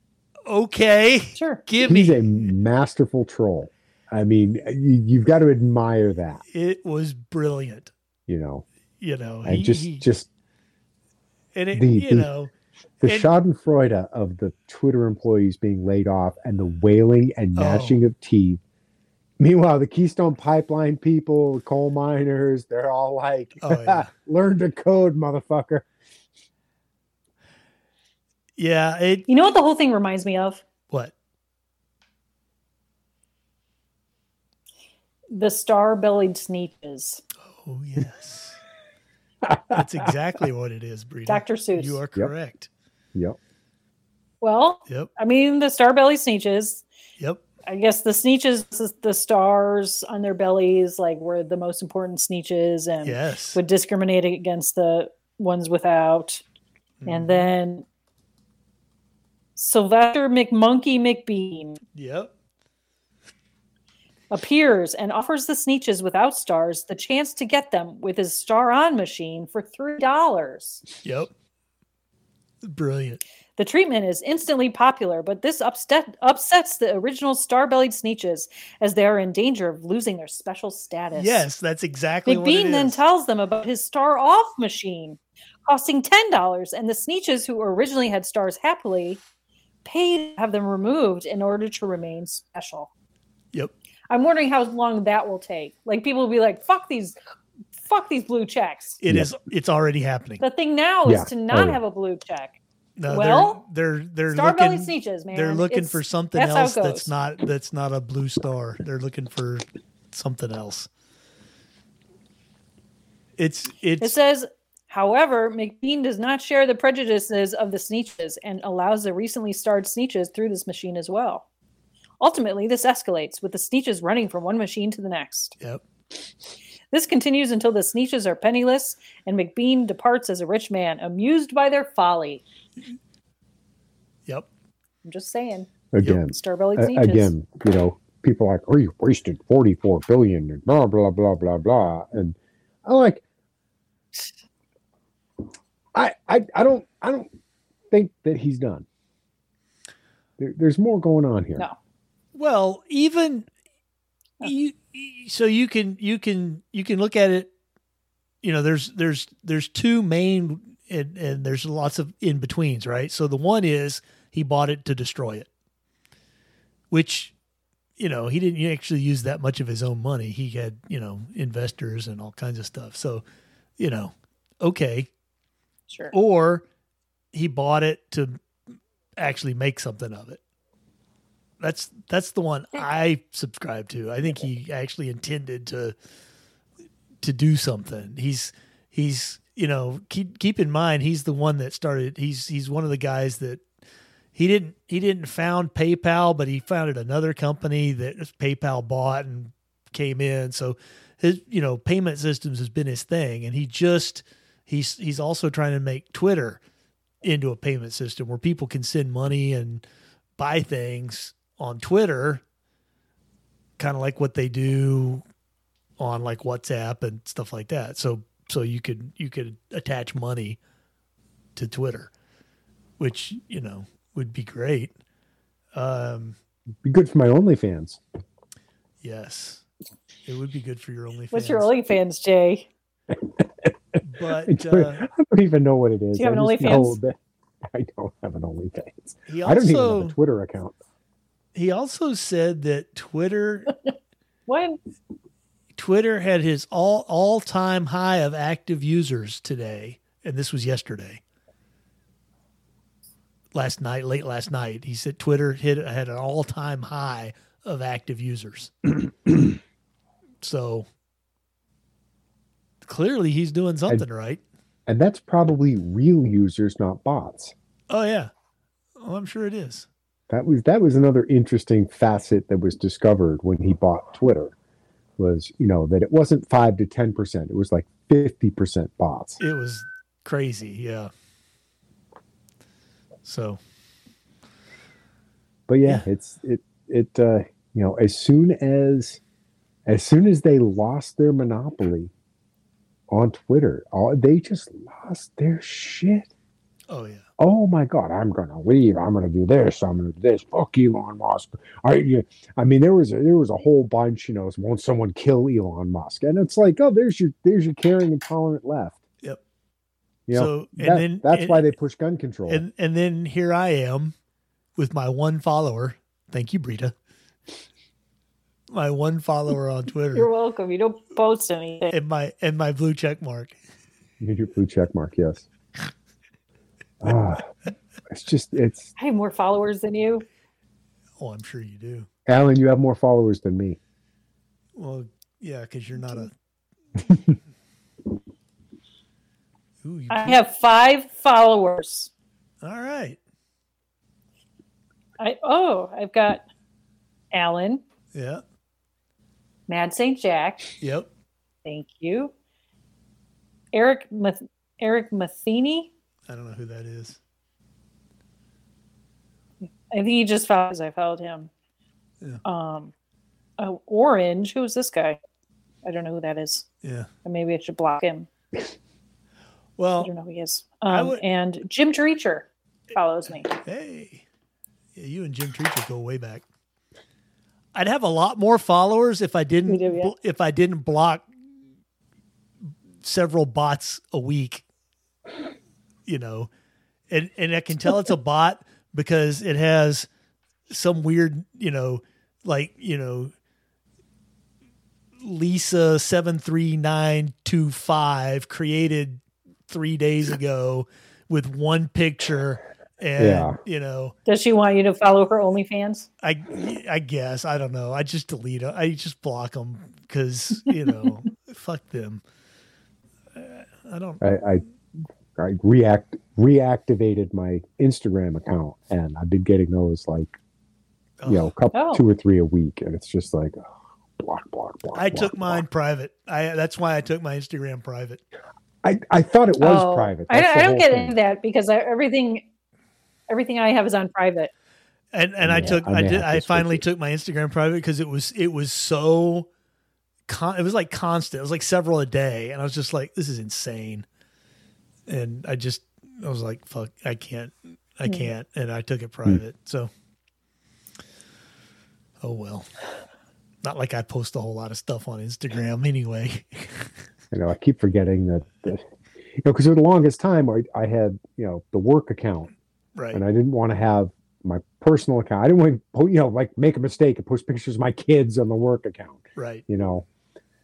okay Sure. give he's me a masterful troll. I mean, you, you've got to admire that. it was brilliant You know, you know and he- just he- just and it, The- you the- know, The And- Schadenfreude of the Twitter employees being laid off and the wailing and Oh. gnashing of teeth. Meanwhile, the Keystone Pipeline people, the coal miners, they're all like, Oh, yeah. learn to code, motherfucker. yeah, it You know what the whole thing reminds me of? what? The star-bellied sneeches. Oh yes, that's exactly what it is, Brita. Dr. Seuss. You are correct. Yep. Well, Yep, I mean, the star-bellied sneeches. yep. I guess the sneeches, the stars on their bellies, like were the most important sneeches, and Yes. Um, would discriminate against the ones without. Mm. Mm-hmm. And then Sylvester McMonkey McBean Yep. appears and offers the sneeches without stars the chance to get them with his star on machine for three dollars. Yep. Brilliant. The treatment is instantly popular, but this upset upsets the original star-bellied sneeches as they are in danger of losing their special status. Yes, that's exactly what it McBean then is. tells them about his star off machine, costing ten dollars, and the Sneeches, who originally had stars happily, paid to have them removed in order to remain special. Yep. I'm wondering how long that will take. Like people will be like, "Fuck these, fuck these blue checks." It Yeah. is. It's already happening. The thing now Yeah. is to not Oh, yeah. have a blue check. No, Well, they're they're, they're Star belly looking. Sneeches, man. They're looking It's- for something that's how it else that's goes. not that's not a blue star. They're looking for something else. It's It it's says, however, McBean does not share the prejudices of the Sneeches and allows the recently starred Sneeches through this machine as well. Ultimately, this escalates with the Sneeches running from one machine to the next. yep. This continues until the Sneeches are penniless and McBean departs as a rich man, amused by their folly. Yep. I'm just saying, Again, Starbelly a- Sneeches. again, you know, people are like, oh, you wasted 44 billion and blah, blah, blah, blah, blah. And I'm like, I, I, I don't, I don't think that he's done. There, there's more going on here. No. Well, even Yeah. you, you- so you can you can you can look at it. You know, there's there's there's two main and and there's lots of in betweens, right? So the one is he bought it to destroy it, which you know he didn't actually use that much of his own money. He had you know investors and all kinds of stuff. So you know, okay, Sure. Oh, or he bought it to actually make something of it. That's that's the one I subscribe to. I think he actually intended to to do something. He's he's you know keep keep in mind he's the one that started. He's he's one of the guys that he didn't he didn't found PayPal, but he founded another company that PayPal bought and came in. So his you know payment systems has been his thing, and he just he's he's also trying to make Twitter into a payment system where people can send money and buy things on Twitter, kind of like what they do on like WhatsApp and stuff like that. So so you could you could attach money to Twitter, which you know would be great. Um, Be good for my OnlyFans. yes, it would be good for your OnlyFans. What's your OnlyFans, Jay? But uh, I don't even know what it is. Do you have I an just know OnlyFans? that- I don't have an OnlyFans. he I don't even have also a Twitter account. he also said that Twitter What? Twitter had his all all time high of active users today, and this was yesterday. Last night, late last night, he said Twitter hit had an all time high of active users. so clearly, he's doing something right. And that's probably real users, not bots. Oh yeah, oh, I'm sure it is. That was that was another interesting facet that was discovered when he bought Twitter was, you know, that it wasn't five to ten percent, it was like fifty percent bots. It was crazy. Yeah. So But yeah, it's it it uh you know, as soon as as soon as they lost their monopoly on Twitter, all, they just lost their shit. oh yeah, oh my god i'm gonna leave i'm gonna do this i'm gonna do this fuck elon musk i you- i mean there was a, there was a whole bunch you know won't someone kill elon musk and it's like oh there's your there's your caring and tolerant left Yep. You know, so and that- then that's and- why they push gun control. and and then here I am with my one follower. Thank you, Brita. My one follower on You're Twitter welcome. You don't post anything. and my and my blue check mark. You need your blue check mark, yes. Ah, it's just it's I have more followers than you. Oh, I'm sure you do. Alan. You have more followers than me. Well, yeah, because you're not a. Ooh, you I have five followers. All right. I oh, I've got Alan, Yeah. Mad Saint Jack. Yep. Thank you, Eric. Math- Eric Matheny. I don't know who that is. I think he just followed because I followed him. Yeah. Um, oh, Orange. Who is this guy? I don't know who that is. Yeah. Or Maybe I should block him. I don't Well, know who he is. I Um, would- and Jim Treacher follows me. hey, yeah, you and Jim Treacher go way back. I'd have a lot more followers if I didn't We do, yeah. bl- if I didn't block several bots a week. You know, and and I can tell it's a bot because it has some weird, you know, like you know, Lisa seven three nine two five created three days ago with one picture, and Yeah. you know, Does she want you to follow her OnlyFans? I I guess I don't know. I just delete them. I just block them because you know, fuck them. Uh, I don't. I, I I react reactivated my Instagram account, and I've been getting those like ugh. you know, a couple, Oh. two or three a week, and it's just like oh, block, block, block. I block, took mine block. private. I that's why I took my Instagram private. I, I thought it was Oh, private. I, That's don't- the I whole don't get thing. into that because I, everything, everything I have is on private. and and I Yeah, took I I, may did have to I switch finally it. took my Instagram private because it was it was so con- it was like constant it was like several a day and I was just like this is insane and I just I was like fuck I can't I Hmm. can't and I took it private so oh well not like I post a whole lot of stuff on Instagram anyway You know, I keep forgetting that. that you know, because for the longest time, I, I had you know the work account, right and I didn't want to have my personal account. I didn't want to, you know, like make a mistake and post pictures of my kids on the work account. right you know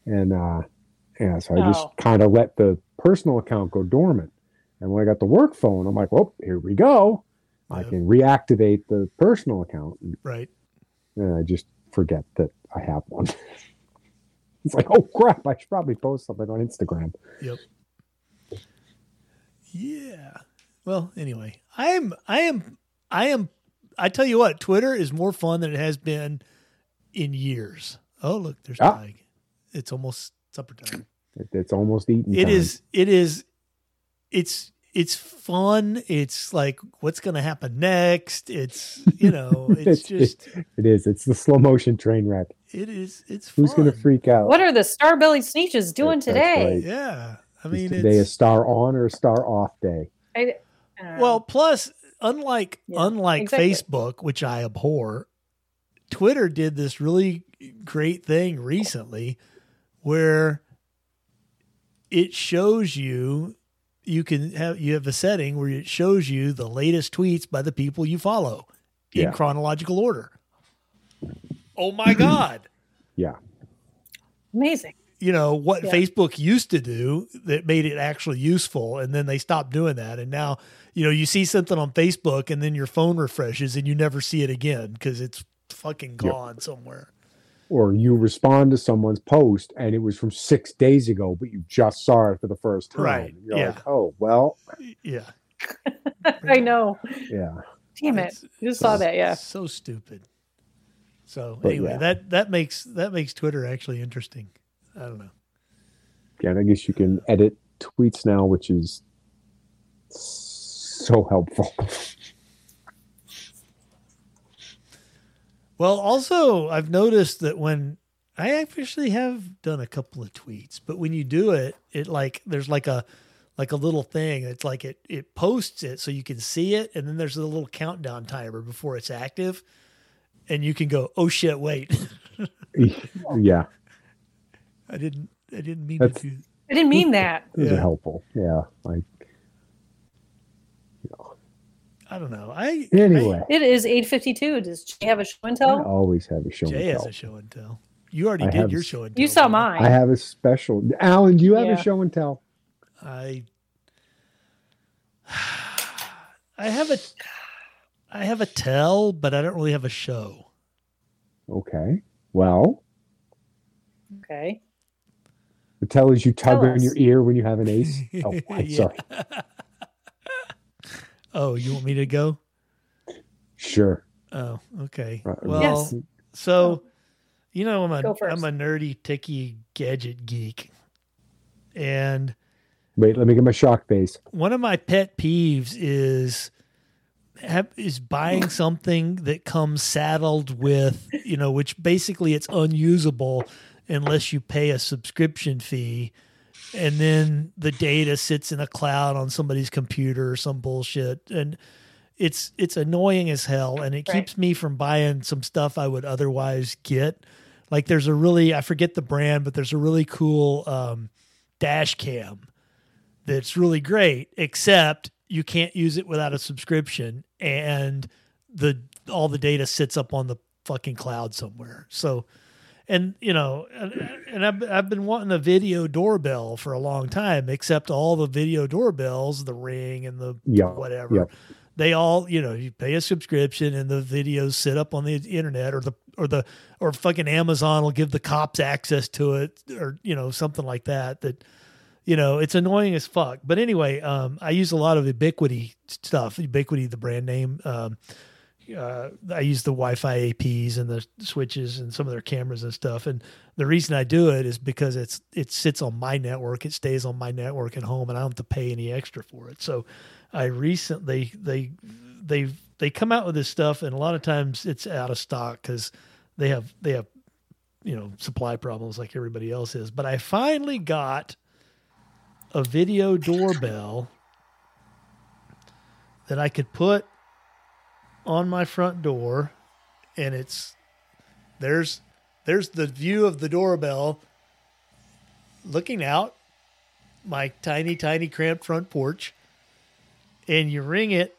and uh yeah so i Oh. just kind of let the personal account go dormant and when i got the work phone i'm like well here we go i Yeah. can reactivate the personal account and, right and i just forget that i have one it's like oh crap i should probably post something on instagram Yeah. Well, anyway, I am I am I am I tell you what, Twitter is more fun than it has been in years. Oh, look, there's Ah. Tig. It's almost supper time. it, it's almost eaten It time. is it is it's it's fun. It's like what's going to happen next. It's, you know, it's It's- just it is it's the slow motion train wreck it is it's fun. who's gonna freak out What are the Starbelly Sneeches doing That's today? right. Yeah. I Is mean, today it's a star on or a star off day I uh, don't know. Well, plus, unlike Yeah, unlike exactly. Facebook, which I abhor, Twitter did this really great thing recently where it shows you you can have you have a setting where it shows you the latest tweets by the people you follow in Yeah. chronological order. Oh my god amazing. you know what Yeah. Facebook used to do that made it actually useful, and then they stopped doing that. And now, you know, you see something on Facebook, and then your phone refreshes, and you never see it again because it's fucking gone somewhere. or you respond to someone's post and it was from six days ago, but you just saw it for the first time. Right, You're yeah. like, oh well, Yeah, I know. yeah. Damn it. It's- You just saw that, yeah. So stupid. So But anyway, yeah. that that makes that makes Twitter actually interesting. I don't know. Yeah, and I guess you can edit tweets now, which is so helpful. Well, also, I've noticed that when I actually have done a couple of tweets, but when you do it, it like there's like a like a little thing. It's like it it posts it so you can see it, and then there's a little countdown timer before it's active, and you can go, "Oh shit, wait, yeah, I didn't I didn't mean That's- to do." I didn't mean that. those Yeah. are helpful. Yeah, like I don't know. I Anyway, It is 8.52. Does Jay have a show and tell? I always have a show. I- and Jay has tell. a show and tell. You already I did have your s- show and tell. You saw didn't mine. I have a special. Alan, do you have Yeah. a show and tell? I I have a I have a tell, but I don't really have a show. Okay. Well, okay. the tell is you tug Tell on us. your ear when you have an ace. Oh, I'm Yeah. sorry. Oh, you want me to go? Sure. Oh, okay. Right. Well, Yes. so you know I'm a Go first. I'm a nerdy ticky gadget geek. And Wait, let me get my shock base. one of my pet peeves is have, is buying something that comes saddled with you know which basically it's unusable unless you pay a subscription fee and then the data sits in a cloud on somebody's computer or some bullshit and it's it's annoying as hell and it Right. keeps me from buying some stuff I would otherwise get like there's a really I forget the brand but there's a really cool um dash cam that's really great, except you can't use it without a subscription and the all the data sits up on the fucking cloud somewhere. So and you know and, and I've, I've been wanting a video doorbell for a long time except all the video doorbells the ring and the Yeah, whatever yeah. they all you know you pay a subscription and the videos sit up on the internet or the or the or fucking amazon will give the cops access to it or you know something like that that you know, it's annoying as fuck. But anyway, um, I use a lot of Ubiquity stuff. Ubiquity, the brand name. Um, uh, I use the Wi-Fi APs and the switches and some of their cameras and stuff. And the reason I do it is because it's it sits on my network. It stays on my network at home, and I don't have to pay any extra for it. So, I recently they they they come out with this stuff, and a lot of times it's out of stock because they have they have you know supply problems like everybody else is. But I finally got a video doorbell that I could put on my front door and it's there's there's the view of the doorbell looking out my tiny tiny cramped front porch and you ring it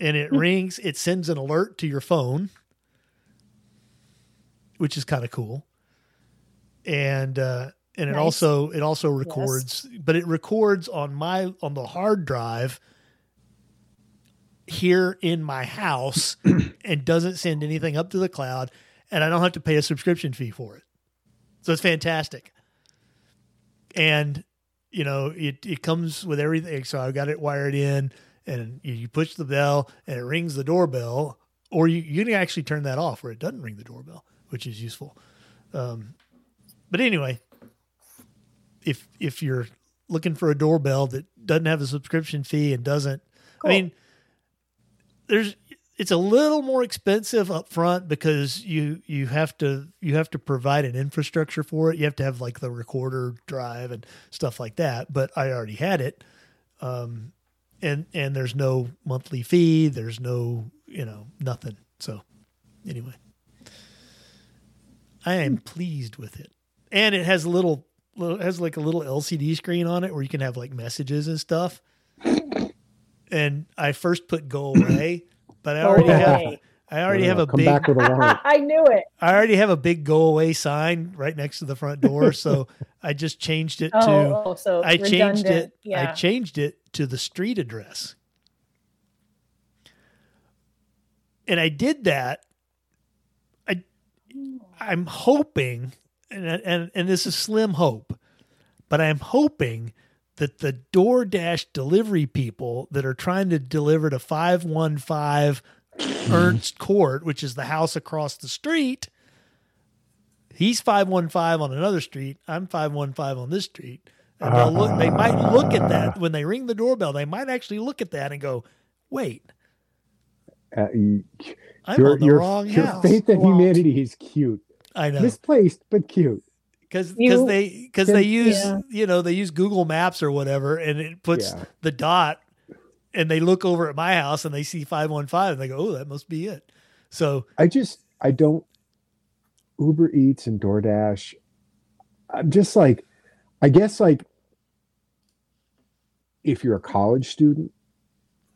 and it rings it sends an alert to your phone which is kind of cool and uh and it Nice. also it also records but it records on my on the hard drive here in my house and doesn't send anything up to the cloud and I don't have to pay a subscription fee for it. So it's fantastic. And you know, it, it comes with everything. So I've got it wired in and you, you push the bell and it rings the doorbell or you, you can actually turn that off where it doesn't ring the doorbell, which is useful. Um, but anyway, if, if you're looking for a doorbell that doesn't have a subscription fee and doesn't, Cool. I mean, there's it's a little more expensive up front because you you have to you have to provide an infrastructure for it. You have to have like the recorder drive and stuff like that. But I already had it, um, and and there's no monthly fee. There's no you know nothing. So anyway, I am pleased with it, and it has a little little- it has like a little LCD screen on it where you can have like messages and stuff. And I first put go away, but I already have Oh, Okay. I already No, have no, a come big back with a warrant. I knew it. I already have a big go away sign right next to the front door, so I just changed it Oh, to oh, so I changed redundant. it I Yeah. changed it to the street address. And I did that I'm hoping, and and and this is slim hope, but I'm hoping that the DoorDash delivery people that are trying to deliver to five one five Ernst Court, which is the house across the street. He's five one five on another street. I'm five one five on this street. And they'll look, they might look at that when they ring the doorbell. They might actually look at that and go, "Wait, Uh, you- I'm your, on the your, wrong your house." faith in Wow. humanity is cute. I know. Misplaced, but cute. because You- they because Then- they use Yeah. you know they use Google Maps or whatever, and it puts Yeah. the dot, and they look over at my house and they see five one five, and they go, oh, that must be it. So I just I don't Uber Eats and DoorDash. I'm just like I guess like if you're a college student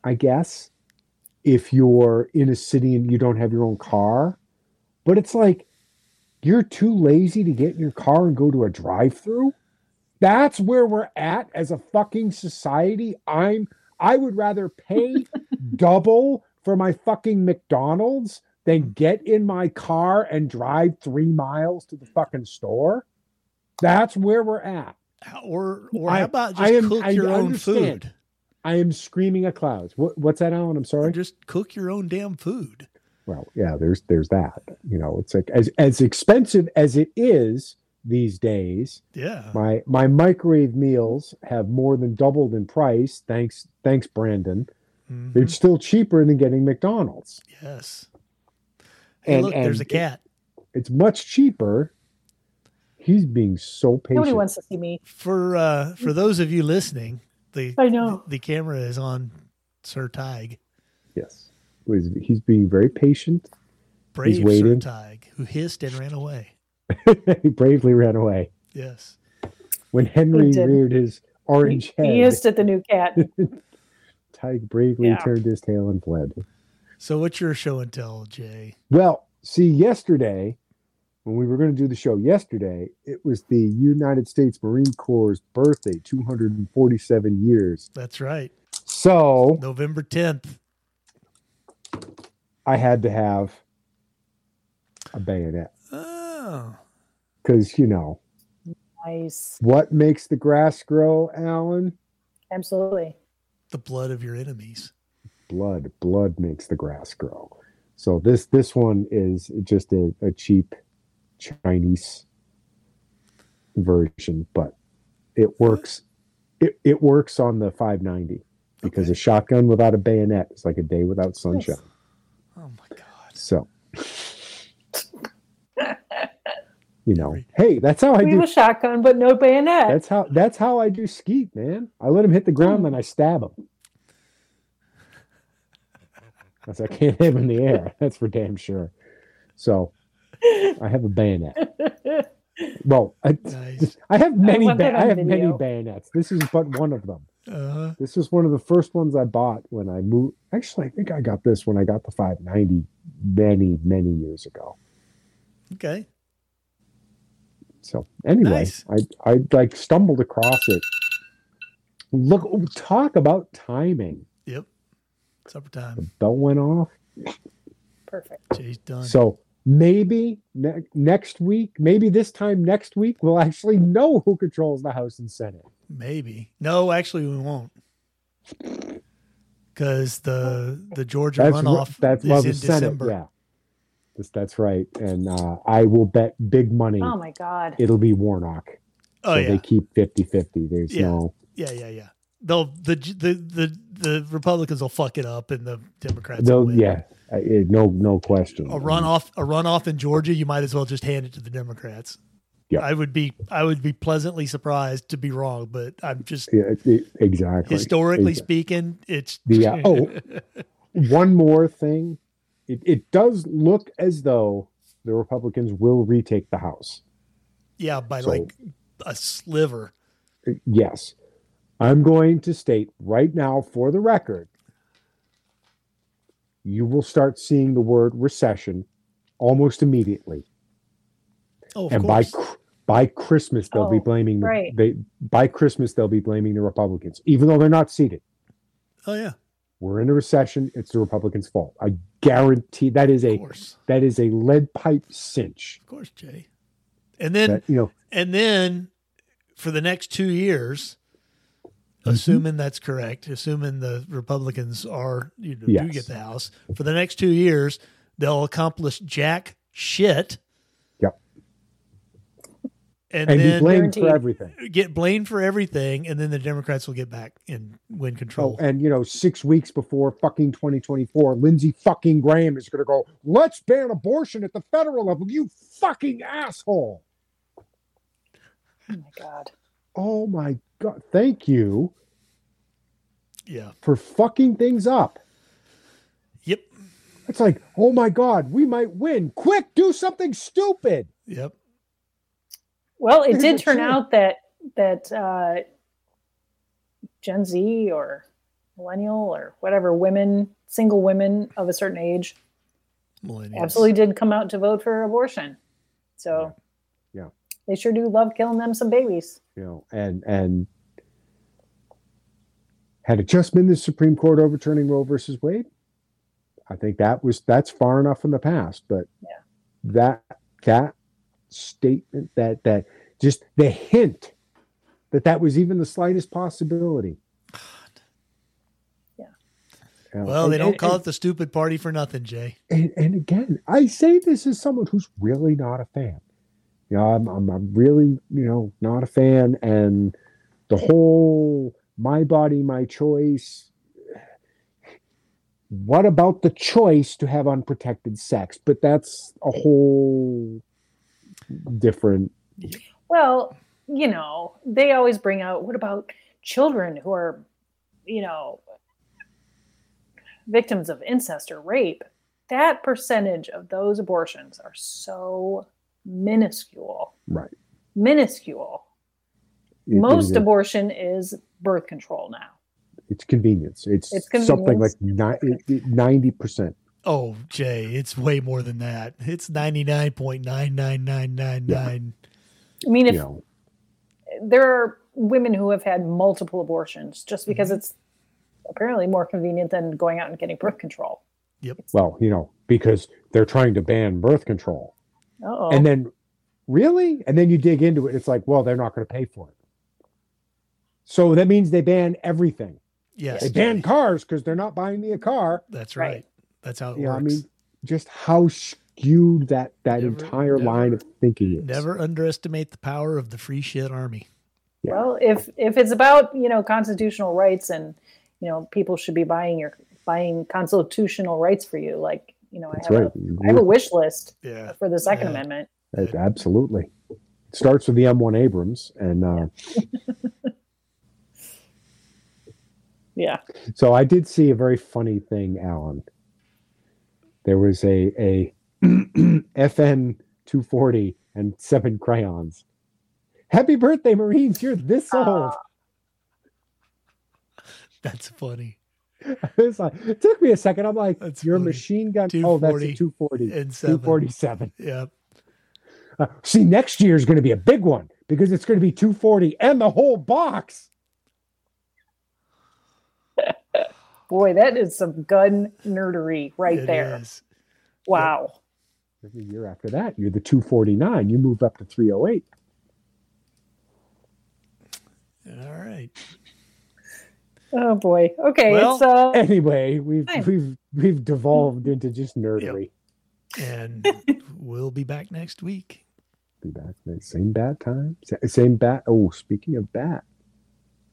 I guess, if you're in a city and you don't have your own car. But it's like you're too lazy to get in your car and go to a drive-through. That's where we're at as a fucking society. I'm I would rather pay double for my fucking McDonald's than get in my car and drive 3 miles to the fucking store. That's where we're at. Or or I- how about just I am- cook I your own understand. food? I am screaming at clouds. What, what's that, Alan? I'm sorry. Just cook your own damn food. well yeah there's there's that you know it's like as as expensive as it is these days Yeah. my my microwave meals have more than doubled in price thanks thanks brandon Mm-hmm. Mhm. they're still cheaper than getting mcdonald's Yes. Hey, And- look, there's and a cat. it's much cheaper he's being so Nobody patient wants to see me. For uh for those of you listening, the I know. the camera is on Sir Tig. yes he's, he's being very patient Brave Sir waiting. Tig, who hissed and ran away. he bravely ran away Yes. when henry did. reared his orange He, head he hissed at the new cat. tyke bravely Yeah. turned his tail and fled So what's your show and tell, Jay? Well, see, yesterday, when we were going to do the show yesterday, it was the United States Marine Corps' birthday, 247 years. That's right. So November tenth. I had to have a bayonet Oh. because, you know, Nice. what makes the grass grow, Alan? Absolutely. The blood of your enemies. Blood. Blood makes the grass grow. So this this one is just a, a cheap Chinese version, but it works. It, it works on the 590. because a Okay. shotgun without a bayonet is like a day without sunshine. Oh my god. So, you know, hey, that's how I We have do. a shotgun, but no bayonet. That's how that's how I do skeet, man. I let him hit the ground, then I stab him. I said, I can't hit him in the air. That's for damn sure. So, I have a bayonet. Well, I, Nice. I have many. want Ba- that on I have many video. bayonets. This is but one of them. Uh This was one of the first ones I bought when I moved. Actually, I think I got this when I got the 590 many, many years ago. okay. So anyway, Nice. I, I like stumbled across it. Look, oh, talk about timing. Yep. Supper The time. bell went off. Perfect. Jay's done. So maybe ne- next week, maybe this time next week, we'll actually know who controls the House and Senate. Maybe. No, actually, we won't. Because the the Georgia That's r- runoff that's is well, in the Senate. December. Yeah, that's, that's right. And uh, I will bet big money Oh my God. it'll be Warnock. Oh so yeah. they keep 50 50. There's Yeah. no, yeah, yeah, yeah. They'll the, the the the Republicans will fuck it up, and the Democrats. will no, win. yeah, I- it- no, no question. A runoff, a runoff in Georgia, you might as well just hand it to the Democrats. Yeah. I would be, I would be pleasantly surprised to be wrong, but I'm just Yeah, it- it- exactly. historically Exa- speaking, it's The, uh, oh. one more thing. It, it does look as though the Republicans will retake the House. yeah, by So- like a sliver. Yes. I'm going to state right now for the record you will start seeing the word recession almost immediately. Oh, of and by course. cr- by Christmas they'll be Oh, blaming the, right. they by Christmas they'll be blaming the Republicans, even though they're not seated. oh yeah, We're in a recession. It's the Republicans' fault. I guarantee that is of a course, that is a lead pipe cinch. of course, Jay. And then That, you know, And then for the next two years, Mm-hmm. assuming that's correct, assuming the Republicans are, you know, do Yes. get the House, for the next two years, they'll accomplish jack shit. Yep. And, and be then blamed for Guaranteed. everything. get blamed for everything. And then the Democrats will get back and win Oh, control. and you know, six weeks before fucking 2024, Lindsey fucking Graham is going to go. Let's ban abortion at the federal level. You fucking asshole. Oh my God. Oh my god! Thank you yeah. for fucking things up. Yep. It's like, oh my god, we might win. Quick, do something stupid. Yep. Well, it Look at did the turn chin. out that that uh, Gen Z or millennial or whatever women, single women of a certain age, Millennials. absolutely did come out to vote for abortion. So, Yeah. Yeah. they sure do love killing them some babies. you know, and and had it just been the Supreme Court overturning Roe versus Wade, I think that was that's far enough in the past. But Yeah. that that statement that that just the hint that that was even the slightest possibility. Yeah. You know, Well, and- they don't and- call it the stupid party for nothing, Jay. and, and again, I say this as someone who's really not a fan. You know, I'm, I'm, I'm really, you know, not a fan. And the whole my body, my choice. What about the choice to have unprotected sex? But that's a whole different. Well, you know, they always bring out what about children who are, you know, victims of incest or rape? That percentage of those abortions are so minuscule. Right. Minuscule. it- Most it- abortion is birth control now. it's convenience. It's, It's something convenience. like ninety percent. Oh, Jay, it's way more than that. It's ninety nine point nine nine nine nine nine. I mean, You if know, there are women who have had multiple abortions just because Mm-hmm. it's apparently more convenient than going out and getting birth control. well, you know, because they're trying to ban birth control. Oh. Uh-oh. and then really and then you dig into it it's like well they're not going to pay for it so that means they ban everything Yes, they Jay. ban cars because they're not buying me a car That's right. Right. That's how it yeah i works. mean just how skewed that that Never- entire never- line of thinking is Never underestimate the power of the free shit army. Yeah. Well, if if it's about you know constitutional rights and you know people should be buying your buying constitutional rights for you, like you know I that's have, right a, I have a wish list Yeah. for the Second Yeah. Amendment. That- absolutely it starts with the m1 abrams and uh, Yeah, so i did see a very funny thing alan there was a a fn 240 and seven crayons happy birthday marines you're this old Ah. That's funny. It's like- it took me a second. I'm like, That's your funny. machine gun. Oh, that's a 240. 240. And seven. 247. Yep. Uh, see, next year is going to be a big one because it's going to be 240 and the whole box. boy, that is some gun nerdery right It there. is. Wow. Every year after that, you're the 249. You move up to 308. All right. Oh boy. Okay, Well- it's eh. uh, Anyway, we've Fine. we've we've devolved into just nerdery. And we'll be back next week. Be back next- same bat time. sa- Same bat. Oh, speaking of bat,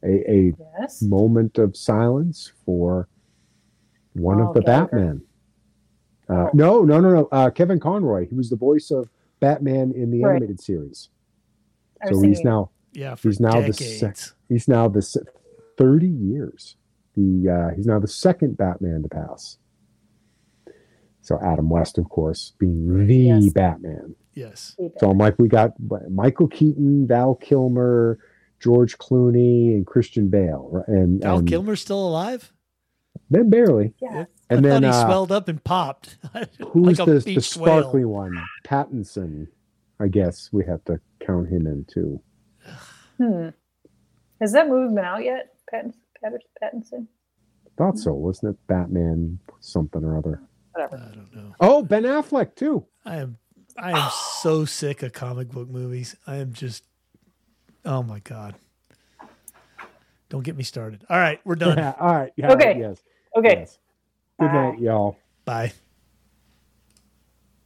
a a yes. moment of silence for one Oh, of the Gallagher. Batman. Uh, Oh. No, no, no, no. Uh, Kevin Conroy, he was the voice of Batman in the Right. animated series. I was So he's thinking- now Yeah. For He's now the decades. sec- he's now the se- thirty years. The uh, he's now the second Batman to pass. So Adam West, of course, being the Yes. Batman. yes. he did. So I'm like, we got Michael Keaton, Val Kilmer, George Clooney, and Christian Bale, right? and Al and Kilmer's still alive? then barely. yeah. And I then thought he uh, swelled up and popped. Who's like a the, the beach swale. sparkly one? Pattinson. I guess we have to count him in too. Hmm. Has that movie been out yet, Pattinson? Pattinson? Thought so, wasn't it? Batman something or other. I Whatever. don't know. Oh, Ben Affleck too. I am I am so sick of comic book movies. I am just oh my god. Don't get me started. All right, we're done. Yeah, all right. yeah, Okay. Yes. Okay. Yes. Good Bye. night, y'all. Bye.